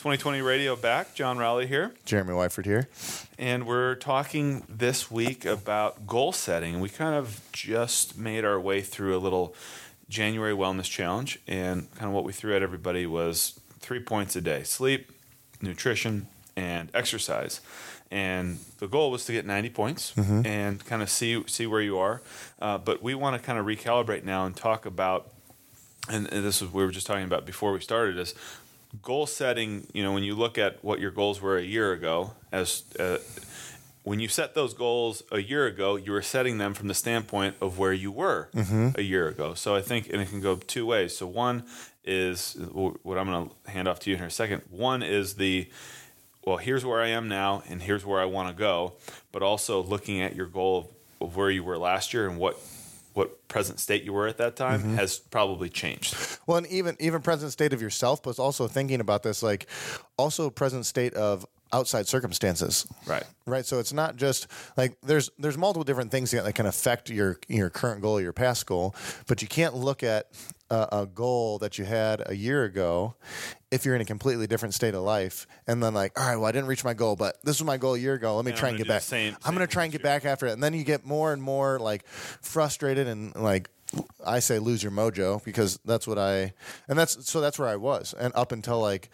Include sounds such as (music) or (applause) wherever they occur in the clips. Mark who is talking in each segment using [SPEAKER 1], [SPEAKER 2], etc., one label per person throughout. [SPEAKER 1] 2020 Radio back. John Rowley here.
[SPEAKER 2] Jeremy Wyford here.
[SPEAKER 1] And we're talking this week about goal setting. We kind of just made our way through a little January wellness challenge. And kind of what we threw at everybody was three points a day sleep, nutrition, and exercise. And the goal was to get 90 points and kind of see, see where you are. Uh, but we want to kind of recalibrate now and talk about and and this is what we were just talking about before we started is goal setting you know when you look at what your goals were a year ago as uh, when you set those goals a year ago you were setting them from the standpoint of where you were a year ago so i think and it can go two ways so one is what i'm going to hand off to you in a second one is the well, here's where I am now and here's where I want to go, but also looking at your goal of, of where you were last year and what what present state you were at that time has probably changed.
[SPEAKER 2] Well, and even even present state of yourself, but also thinking about this, like also present state of outside circumstances.
[SPEAKER 1] Right.
[SPEAKER 2] Right. So it's not just like there's there's multiple different things that can affect your your current goal, or your past goal, but you can't look at a, a goal that you had a year ago if you're in a completely different state of life and then like all right well i didn't reach my goal but this was my goal a year ago let me
[SPEAKER 1] Yeah,
[SPEAKER 2] try
[SPEAKER 1] I'm
[SPEAKER 2] and
[SPEAKER 1] gonna
[SPEAKER 2] get
[SPEAKER 1] do the same-
[SPEAKER 2] back i'm going
[SPEAKER 1] same
[SPEAKER 2] to try and get back after it and then you get more and more like frustrated and like i say lose your mojo because that's what i and that's so that's where i was and up until like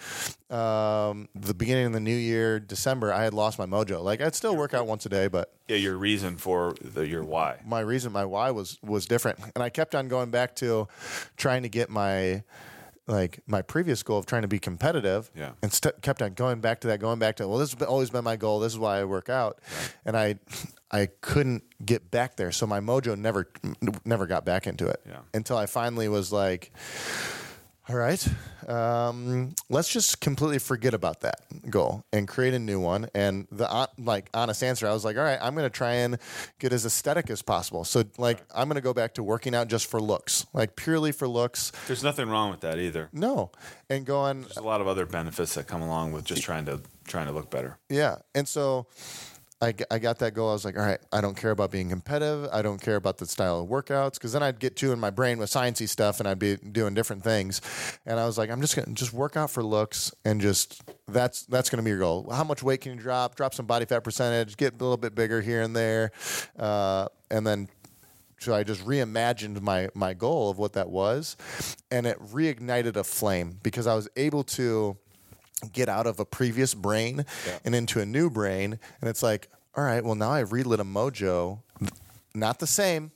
[SPEAKER 2] um, the beginning of the new year december i had lost my mojo like i'd still work out once a day but
[SPEAKER 1] Yeah, your reason for the, your why.
[SPEAKER 2] my reason my why was was different and i kept on going back to trying to get my like my previous goal of trying to be competitive
[SPEAKER 1] Yeah.
[SPEAKER 2] and st- kept on going back to that going back to well this has been, always been my goal this is why i work out and i i couldn't get back there so my mojo never never got back into it
[SPEAKER 1] Yeah.
[SPEAKER 2] until i finally was like all right. Um, let's just completely forget about that goal and create a new one. And the hon- like honest answer, I was like, all right, I'm going to try and get as aesthetic as possible. So like, I'm going to go back to working out just for looks, like purely for looks.
[SPEAKER 1] There's nothing wrong with that either.
[SPEAKER 2] No, and going
[SPEAKER 1] There's a lot of other benefits that come along with just trying to trying to look better.
[SPEAKER 2] Yeah. And so I, g- I got that goal. I was like, all right, I don't care about being competitive. I don't care about the style of workouts. Cause then I'd get to in my brain with sciencey stuff and I'd be doing different things. And I was like, I'm just going to just work out for looks and just that's, that's going to be your goal. How much weight can you drop? Drop some body fat percentage, get a little bit bigger here and there. Uh, and then so I just reimagined my my goal of what that was, and it reignited a flame because I was able to get out of a previous brain and into a new brain, and it's like, all right, well now I've relit a mojo, not the same,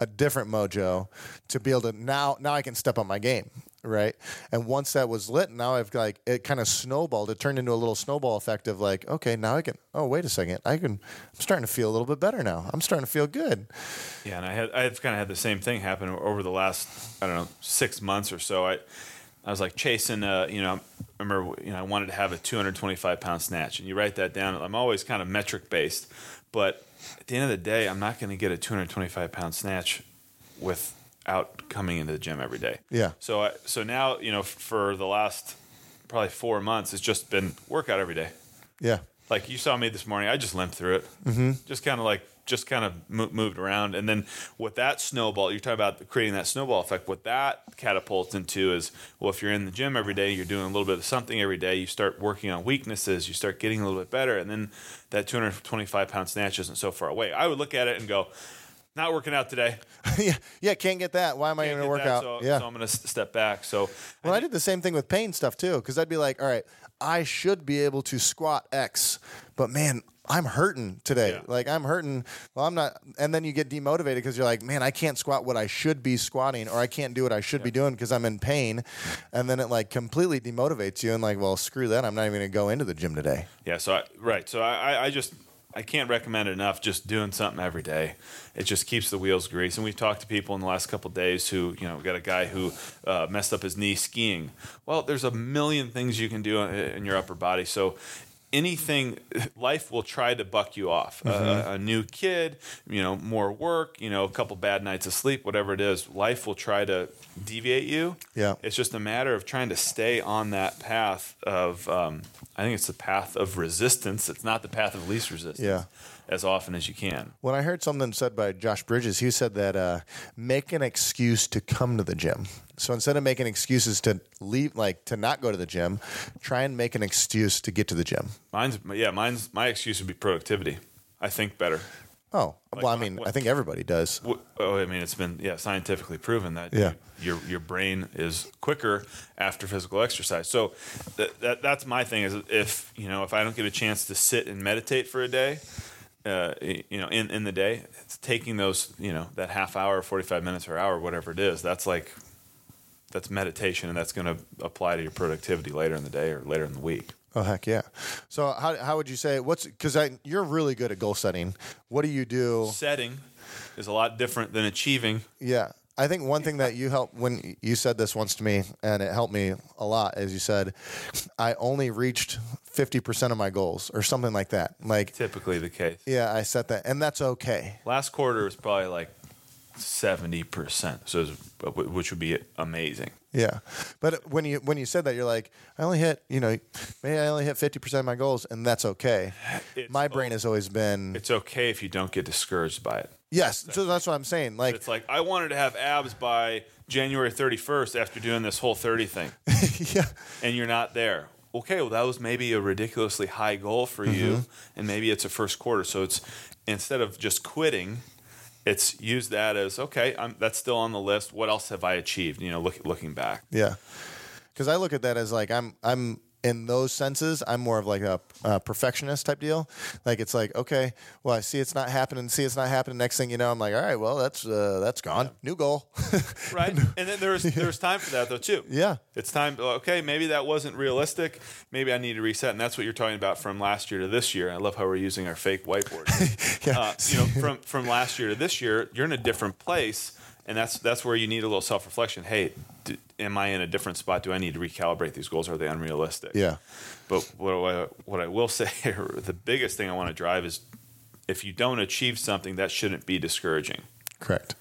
[SPEAKER 2] a different mojo, to be able to now now I can step up my game. Right. And once that was lit, now I've like it kind of snowballed. It turned into a little snowball effect of like, okay, now I can oh wait a second. I can I'm starting to feel a little bit better now. I'm starting to feel good.
[SPEAKER 1] Yeah, and I had I've kind of had the same thing happen over the last I don't know six months or so. I I was like chasing, uh, you know, I remember you know I wanted to have a 225 pound snatch, and you write that down. I'm always kind of metric based, but at the end of the day, I'm not going to get a 225 pound snatch without coming into the gym every day.
[SPEAKER 2] Yeah.
[SPEAKER 1] So I, so now you know for the last probably four months, it's just been workout every day.
[SPEAKER 2] Yeah. (laughs)
[SPEAKER 1] like you saw me this morning i just limped through it mm-hmm. just kind of like just kind of mo- moved around and then with that snowball you're talking about creating that snowball effect what that catapults into is well if you're in the gym every day you're doing a little bit of something every day you start working on weaknesses you start getting a little bit better and then that 225 pound snatch isn't so far away i would look at it and go not working out today
[SPEAKER 2] yeah. Yeah. Can't get that. Why am I
[SPEAKER 1] Can't
[SPEAKER 2] going to
[SPEAKER 1] get
[SPEAKER 2] work
[SPEAKER 1] that,
[SPEAKER 2] out?
[SPEAKER 1] so,
[SPEAKER 2] yeah.
[SPEAKER 1] so i'm going to step back so
[SPEAKER 2] well, I did the same thing with pain stuff too, because I'd be like, all right, I should be able to squat X, but man, I'm hurting today.
[SPEAKER 1] Yeah.
[SPEAKER 2] Like I'm hurting. Well, I'm not. And then you get demotivated because you're like, man, I can't squat what I should be squatting, or I can't do what I should be doing because I'm in pain. And then it like completely demotivates you, and like, well, screw that. I'm not even going to go into the gym today.
[SPEAKER 1] Yeah. So I, right. So I, I- I just I can't recommend it enough. Just doing something every day. It just keeps the wheels greased. And we've talked to people in the last couple of days who you know we got a guy who uh, messed up his knee skiing. Well, there's a million things you can do in, in your upper body. So. Anything, life will try to buck you off. A- a, a new kid, you know, more work, you know, a couple bad nights of sleep, whatever it is, life will try to deviate you.
[SPEAKER 2] Yeah.
[SPEAKER 1] It's just a matter of trying to stay on that path of, um, I think it's the path of resistance. It's not the path of least resistance
[SPEAKER 2] Yeah.
[SPEAKER 1] as often as you can.
[SPEAKER 2] When I heard something said by Josh Bridges, he said that uh, make an excuse to come to the gym. So instead of making excuses to leave, like to not go to the gym, try and make an excuse to get to the gym.
[SPEAKER 1] Mine's yeah, mine's my excuse would be productivity. I think better.
[SPEAKER 2] Oh, well, I mean, I think everybody does.
[SPEAKER 1] Wh- Oh, I mean, it's been yeah scientifically proven that
[SPEAKER 2] Yeah.
[SPEAKER 1] your your brain is quicker after physical exercise. So that, that that's my thing is if you know if I don't get a chance to sit and meditate for a day, uh, y- you know, in in the day, it's taking those you know that half hour, forty five minutes or hour, whatever it is. That's like that's meditation, and that's going to apply to your productivity later in the day or later in the week.
[SPEAKER 2] Oh heck yeah! So how, how would you say what's because I you're really good at goal setting. What do you do?
[SPEAKER 1] Setting is a lot different than achieving.
[SPEAKER 2] Yeah, I think one thing that you helped when you said this once to me, and it helped me a lot, is you said I only reached fifty percent of my goals or something like that. Like
[SPEAKER 1] Typically, the case.
[SPEAKER 2] yeah, I set that, and that's okay.
[SPEAKER 1] Last quarter was probably like seventy percent, so it was- uh, which would be amazing.
[SPEAKER 2] Yeah, but when you when you said that, you're like I only hit you know maybe I only hit fifty percent of my goals, and that's okay.
[SPEAKER 1] It's
[SPEAKER 2] my brain has always been
[SPEAKER 1] It's okay if you don't get discouraged by it.
[SPEAKER 2] yes. So that's what I'm saying. Like
[SPEAKER 1] It's like I wanted to have abs by January thirty first after doing this whole thirty thing,
[SPEAKER 2] (laughs) yeah,
[SPEAKER 1] and you're not there. Okay, well that was maybe a ridiculously high goal for you, and maybe it's a first quarter. So it's instead of just quitting. It's use that as okay. I'm, that's still on the list. What else have I achieved? You know, look, looking back.
[SPEAKER 2] Yeah, because I look at that as like I'm I'm in those senses I'm more of like a, a perfectionist type deal. Like it's like okay, well I see it's not happening, see it's not happening. Next thing you know, I'm like all right, well that's uh, that's gone, new goal. (laughs)
[SPEAKER 1] right? And then there's there's time for that though too.
[SPEAKER 2] Yeah. (laughs)
[SPEAKER 1] it's time. Okay, maybe that wasn't realistic. Maybe I need to reset, and that's what you're talking about from last year to this year. I love how we're using our fake whiteboard.
[SPEAKER 2] (laughs) Yeah.
[SPEAKER 1] uh, you know, from from last year to this year, you're in a different place, and that's that's where you need a little self reflection. Hey. d Am I in a different spot? Do I need to recalibrate these goals? Are they unrealistic?
[SPEAKER 2] yeah,
[SPEAKER 1] But what I, what I will (laughs) say, the biggest thing I want to drive is, if you don't achieve something, that shouldn't be discouraging.
[SPEAKER 2] correct.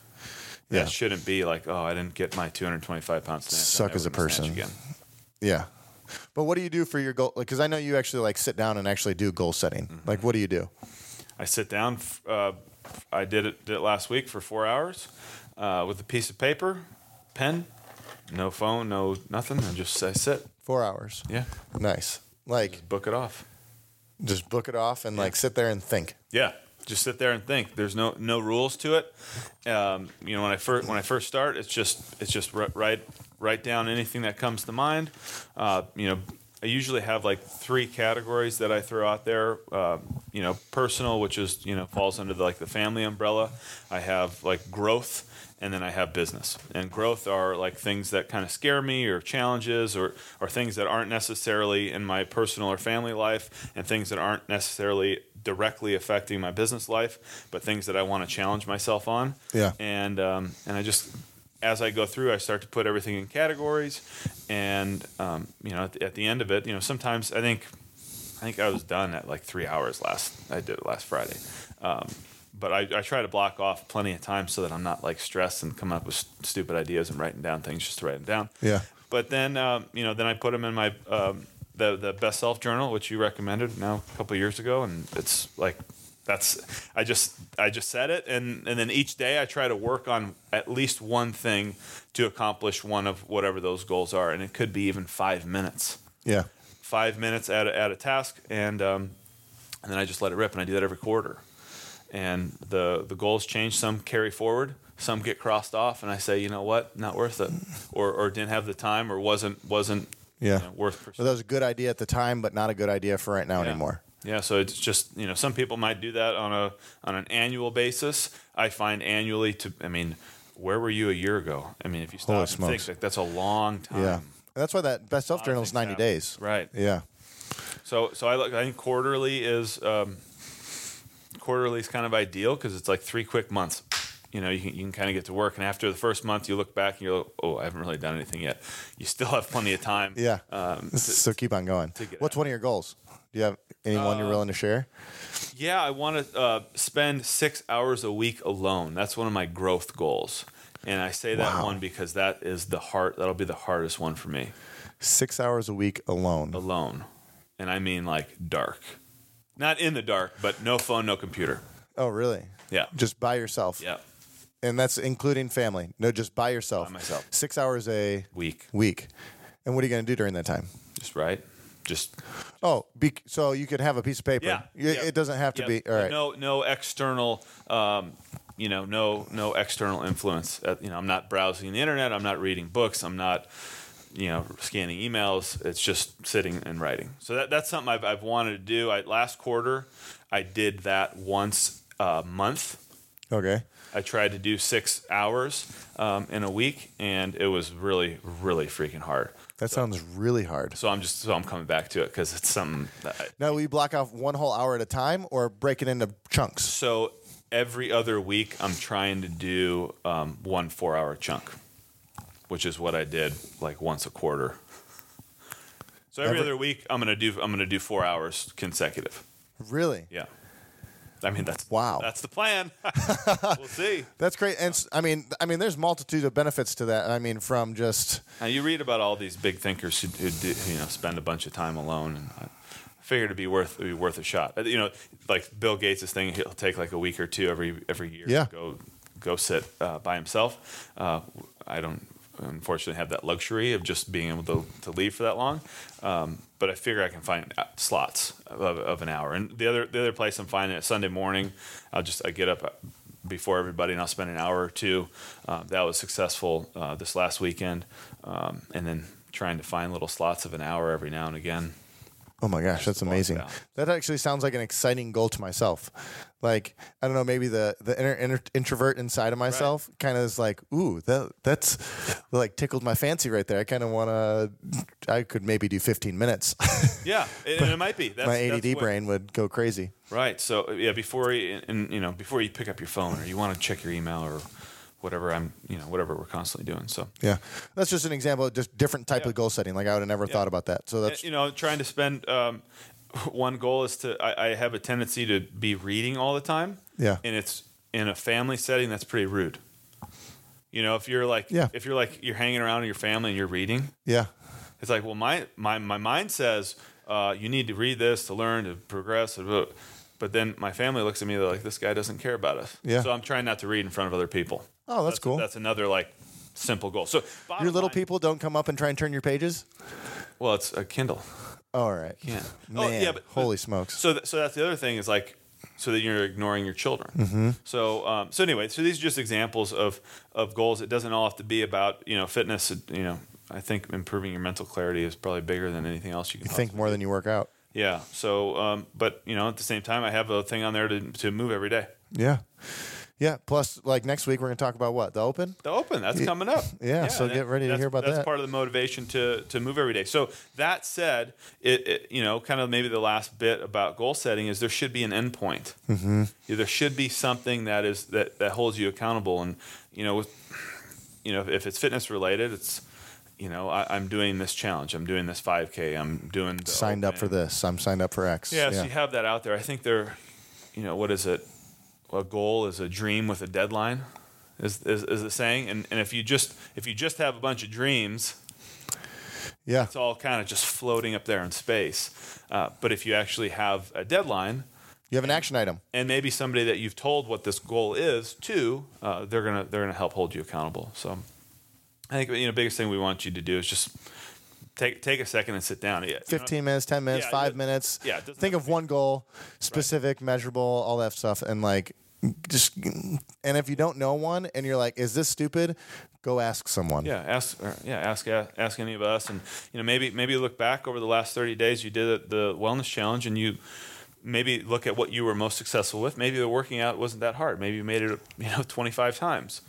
[SPEAKER 1] That
[SPEAKER 2] Yeah.
[SPEAKER 1] shouldn't be like, oh, I didn't get my 225 pound snatch. I'll
[SPEAKER 2] Suck
[SPEAKER 1] never
[SPEAKER 2] as a
[SPEAKER 1] gonna snatch
[SPEAKER 2] person.
[SPEAKER 1] again.
[SPEAKER 2] Yeah. But what do you do for your goal? Because I know you actually like sit down and actually do goal setting.
[SPEAKER 1] Mm-hmm.
[SPEAKER 2] Like, what do you do?
[SPEAKER 1] I sit down. f- Uh, I did it, did it last week for four hours uh, with a piece of paper, pen, no phone, no nothing. And just I sit.
[SPEAKER 2] Four hours.
[SPEAKER 1] Yeah,
[SPEAKER 2] Nice. Like,
[SPEAKER 1] book it off.
[SPEAKER 2] just book it off and like sit there and think.
[SPEAKER 1] Yeah, just sit there and think. There's no no rules to it. Um, you know, when I first when I first start, it's just it's just ri- write write down anything that comes to mind. Uh, you know, I usually have like three categories that I throw out there. Uh, you know, personal, which is you know falls under the, like the family umbrella. I have like growth. And then I have business. And growth are like things that kind of scare me or challenges or, or things that aren't necessarily in my personal or family life and things that aren't necessarily directly affecting my business life, but things that I want to challenge myself on.
[SPEAKER 2] Yeah.
[SPEAKER 1] And um, and I just as I go through, I start to put everything in categories, and um, you know, at the, at the end of it, you know, sometimes I think I think I was done at like three hours last. I did it last Friday. Um, but I, I try to block off plenty of time so that I'm not like stressed and coming up with st- stupid ideas and writing down things just to write them down.
[SPEAKER 2] Yeah.
[SPEAKER 1] But then, um, you know, then I put them in my um, the the best self journal, which you recommended now a couple of years ago, and it's like that's I just I just said it, and and then each day I try to work on at least one thing to accomplish one of whatever those goals are, and it could be even five minutes
[SPEAKER 2] Yeah.
[SPEAKER 1] five minutes at a, at a task, and um, and then I just let it rip, and I do that every quarter. And the the goals change. Some carry forward, some get crossed off, and I say, you know what, not worth it, or or didn't have the time, or wasn't wasn't you
[SPEAKER 2] Yeah.
[SPEAKER 1] know, worth.
[SPEAKER 2] Well,
[SPEAKER 1] pursuing.
[SPEAKER 2] that was a good idea at the time, but not a good idea for right now
[SPEAKER 1] Yeah.
[SPEAKER 2] anymore.
[SPEAKER 1] Yeah, so it's just you know some people might do that on a on an annual basis. I find annually to I mean, where were you a year ago? I mean, if you
[SPEAKER 2] Holy
[SPEAKER 1] stop and think
[SPEAKER 2] smokes.
[SPEAKER 1] like that's a long time.
[SPEAKER 2] Yeah. And that's why that best self journal is
[SPEAKER 1] things
[SPEAKER 2] 90
[SPEAKER 1] happen.
[SPEAKER 2] days.
[SPEAKER 1] Right.
[SPEAKER 2] Yeah.
[SPEAKER 1] So so I look. I think quarterly is um, quarterly is kind of ideal because it's like three quick months. You know, you can, you can kind of get to work, and after the first month, you look back and you're like, "Oh, I haven't really done anything yet." You still have plenty of time.
[SPEAKER 2] (laughs) Yeah.
[SPEAKER 1] Um,
[SPEAKER 2] so keep on going.
[SPEAKER 1] get Uh,
[SPEAKER 2] What's one of your goals? Do you have any one you're willing to share?
[SPEAKER 1] yeah, I want to uh, spend six hours a week alone. That's one of my growth goals, and I say that
[SPEAKER 2] Wow.
[SPEAKER 1] one because that is the heart. That'll be the hardest one for me.
[SPEAKER 2] Six hours a week alone.
[SPEAKER 1] Alone, and I mean like dark, not in the dark, but no phone, no computer.
[SPEAKER 2] Oh, really?
[SPEAKER 1] Yeah.
[SPEAKER 2] Just by yourself.
[SPEAKER 1] Yeah.
[SPEAKER 2] and that's including family. No, just by yourself.
[SPEAKER 1] By myself.
[SPEAKER 2] Six hours a
[SPEAKER 1] Week.
[SPEAKER 2] week. And what are you going to do during that time?
[SPEAKER 1] Just right. Just
[SPEAKER 2] Oh, be, so you could have a piece of paper.
[SPEAKER 1] yeah.
[SPEAKER 2] Y-
[SPEAKER 1] yeah.
[SPEAKER 2] It doesn't have to
[SPEAKER 1] Yeah.
[SPEAKER 2] be. All right.
[SPEAKER 1] No, no external. Um, you know, no, no external influence. Uh, you know, I'm not browsing the internet. I'm not reading books. I'm not, you know, scanning emails. It's just sitting and writing. So that, that's something I've, I've wanted to do. I, last quarter, I did that once a month.
[SPEAKER 2] Okay.
[SPEAKER 1] I tried to do six hours um, in a week, and it was really, really freaking hard.
[SPEAKER 2] That sounds really hard.
[SPEAKER 1] So I'm just so I'm coming back to it because it's something. That I,
[SPEAKER 2] Now, will you block off one whole hour at a time or break it into chunks?
[SPEAKER 1] so every other week, I'm trying to do um, one four-hour chunk, which is what I did like once a quarter. So every
[SPEAKER 2] Every-
[SPEAKER 1] other week, I'm gonna do I'm gonna do four hours consecutive.
[SPEAKER 2] Really?
[SPEAKER 1] Yeah, I mean that's
[SPEAKER 2] Wow.
[SPEAKER 1] That's the plan. (laughs) we'll see.
[SPEAKER 2] That's great. And s- I mean, I mean, there's multitude of benefits to that. I mean, from just
[SPEAKER 1] Now you read about all these big thinkers who, who do, you know spend a bunch of time alone, and I figured it'd be worth it'd be worth a shot. Uh, You know, like Bill Gates' thing, he'll take like a week or two every every year.
[SPEAKER 2] Yeah.
[SPEAKER 1] to go go sit uh, by himself. Uh, I don't unfortunately have that luxury of just being able to, to leave for that long. Um, but I figure I can find uh, slots of, of an hour. And the other the other place I'm finding it Sunday morning. I'll just I get up uh, before everybody and I'll spend an hour or two. Um, that was successful uh, this last weekend. Um, and then trying to find little slots of an hour every now and again.
[SPEAKER 2] Oh my gosh, that's
[SPEAKER 1] block it
[SPEAKER 2] amazing.
[SPEAKER 1] out.
[SPEAKER 2] That actually sounds like an exciting goal to myself. Like, I don't know, maybe the the inner, inner, introvert inside of myself kind of is like, ooh, that that's like tickled my fancy right there. I kind of want to I could maybe do 15 minutes. (laughs)
[SPEAKER 1] Yeah, and, and it might be. That's,
[SPEAKER 2] my
[SPEAKER 1] that's
[SPEAKER 2] ADD
[SPEAKER 1] what-
[SPEAKER 2] brain would go crazy.
[SPEAKER 1] Right. So uh, yeah, before you, and you know before you pick up your phone or you want to check your email or whatever I'm you know whatever we're constantly doing. So
[SPEAKER 2] Yeah. That's just an example of just different type
[SPEAKER 1] Yeah.
[SPEAKER 2] of goal setting. Like I would have never thought about that. So that's
[SPEAKER 1] Uh, you know trying to spend um, (laughs) one goal is to I, I have a tendency to be reading all the time.
[SPEAKER 2] Yeah.
[SPEAKER 1] And it's in a family setting that's pretty rude. You know, if you're like
[SPEAKER 2] Yeah.
[SPEAKER 1] if you're like you're hanging around with your family and you're reading,
[SPEAKER 2] yeah.
[SPEAKER 1] it's like well my my my mind says uh, you need to read this to learn to progress. But then my family looks at me they're like this guy doesn't care about us.
[SPEAKER 2] Yeah.
[SPEAKER 1] So I'm trying not to read in front of other people.
[SPEAKER 2] Oh, that's cool.
[SPEAKER 1] That's another like simple goal. So bottom
[SPEAKER 2] Your little
[SPEAKER 1] line-
[SPEAKER 2] people don't come up and try and turn your pages?
[SPEAKER 1] Well, it's a Kindle.
[SPEAKER 2] Oh, all right.
[SPEAKER 1] Yeah.
[SPEAKER 2] Man,
[SPEAKER 1] (laughs) oh, yeah, but
[SPEAKER 2] holy smokes.
[SPEAKER 1] So, th- so that's the other thing is like, so that you're ignoring your children.
[SPEAKER 2] Mm-hmm.
[SPEAKER 1] So, um, so anyway, so these are just examples of of goals. It doesn't all have to be about you know fitness. It- You know, I think improving your mental clarity is probably bigger than anything else you can.
[SPEAKER 2] you think more than you work out.
[SPEAKER 1] possibly- Yeah. So, um, but you know, at the same time, I have a thing on there to to move every day.
[SPEAKER 2] Yeah. Yeah. Plus, like next week, we're going to talk about what? The open?
[SPEAKER 1] The open that's coming up.
[SPEAKER 2] yeah, so get ready to
[SPEAKER 1] that's-
[SPEAKER 2] hear about
[SPEAKER 1] that's
[SPEAKER 2] that.
[SPEAKER 1] part of the motivation to to move every day. So that said, it, it you know kind of maybe the last bit about goal setting is there should be an endpoint. Mm-hmm. there should be something that is that that holds you accountable, and you know with you know if it's fitness related, it's you know I, I'm doing this challenge, I'm doing this 5K, I'm doing the
[SPEAKER 2] Signed up
[SPEAKER 1] open.
[SPEAKER 2] for this. I'm signed up for X.
[SPEAKER 1] Oh, Yeah, so you have that out there. I think they're, you know, what is it? A goal is a dream with a deadline, is is, is the saying. And and if you just if you just have a bunch of dreams,
[SPEAKER 2] Yeah.
[SPEAKER 1] it's all kind of just floating up there in space. Uh, but if you actually have a deadline,
[SPEAKER 2] You have an action item.
[SPEAKER 1] and maybe somebody that you've told what this goal is to, uh, they're gonna they're gonna help hold you accountable. So, I think you know, biggest thing we want you to do is just take take a second and sit down. Yeah, you know,
[SPEAKER 2] 15 minutes, 10 minutes,
[SPEAKER 1] Yeah,
[SPEAKER 2] 5
[SPEAKER 1] it-
[SPEAKER 2] minutes.
[SPEAKER 1] yeah, it doesn't
[SPEAKER 2] Think
[SPEAKER 1] have
[SPEAKER 2] of one goal, specific, measurable, all that stuff. And like, just, and if you don't know one and you're like, is this stupid? Go ask someone.
[SPEAKER 1] Yeah, ask. Or, yeah, ask. Ask any of us, and you know, maybe maybe look back over the last thirty days. You did the wellness challenge, and you maybe look at what you were most successful with. Maybe the working out wasn't that hard. Maybe you made it, (laughs) you know, twenty five times.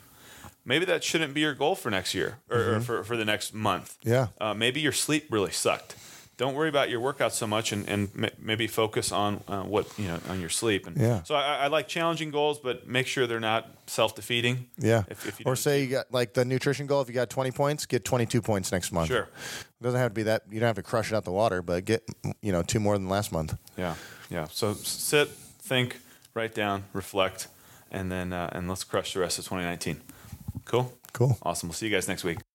[SPEAKER 1] Maybe that shouldn't be your goal for next year or, or for, for the next month.
[SPEAKER 2] Mm-hmm. Yeah.
[SPEAKER 1] Uh, maybe your sleep really sucked. Don't worry about your workout so much, and, and ma- maybe focus on uh, what you know on your sleep. And
[SPEAKER 2] Yeah.
[SPEAKER 1] So I, I like challenging goals, but make sure they're not self defeating.
[SPEAKER 2] Yeah.
[SPEAKER 1] If, if you
[SPEAKER 2] or
[SPEAKER 1] don't-
[SPEAKER 2] say you got like the nutrition goal, if you got 20 points, get 22 points next month.
[SPEAKER 1] Sure.
[SPEAKER 2] It doesn't have to be that. You don't have to crush it out the water, but get, you know, two more than last month.
[SPEAKER 1] Yeah, yeah. So s- sit, think, write down, reflect, and then uh, and let's crush the rest of 2019. Cool,
[SPEAKER 2] Cool.
[SPEAKER 1] awesome. We'll see you guys next week.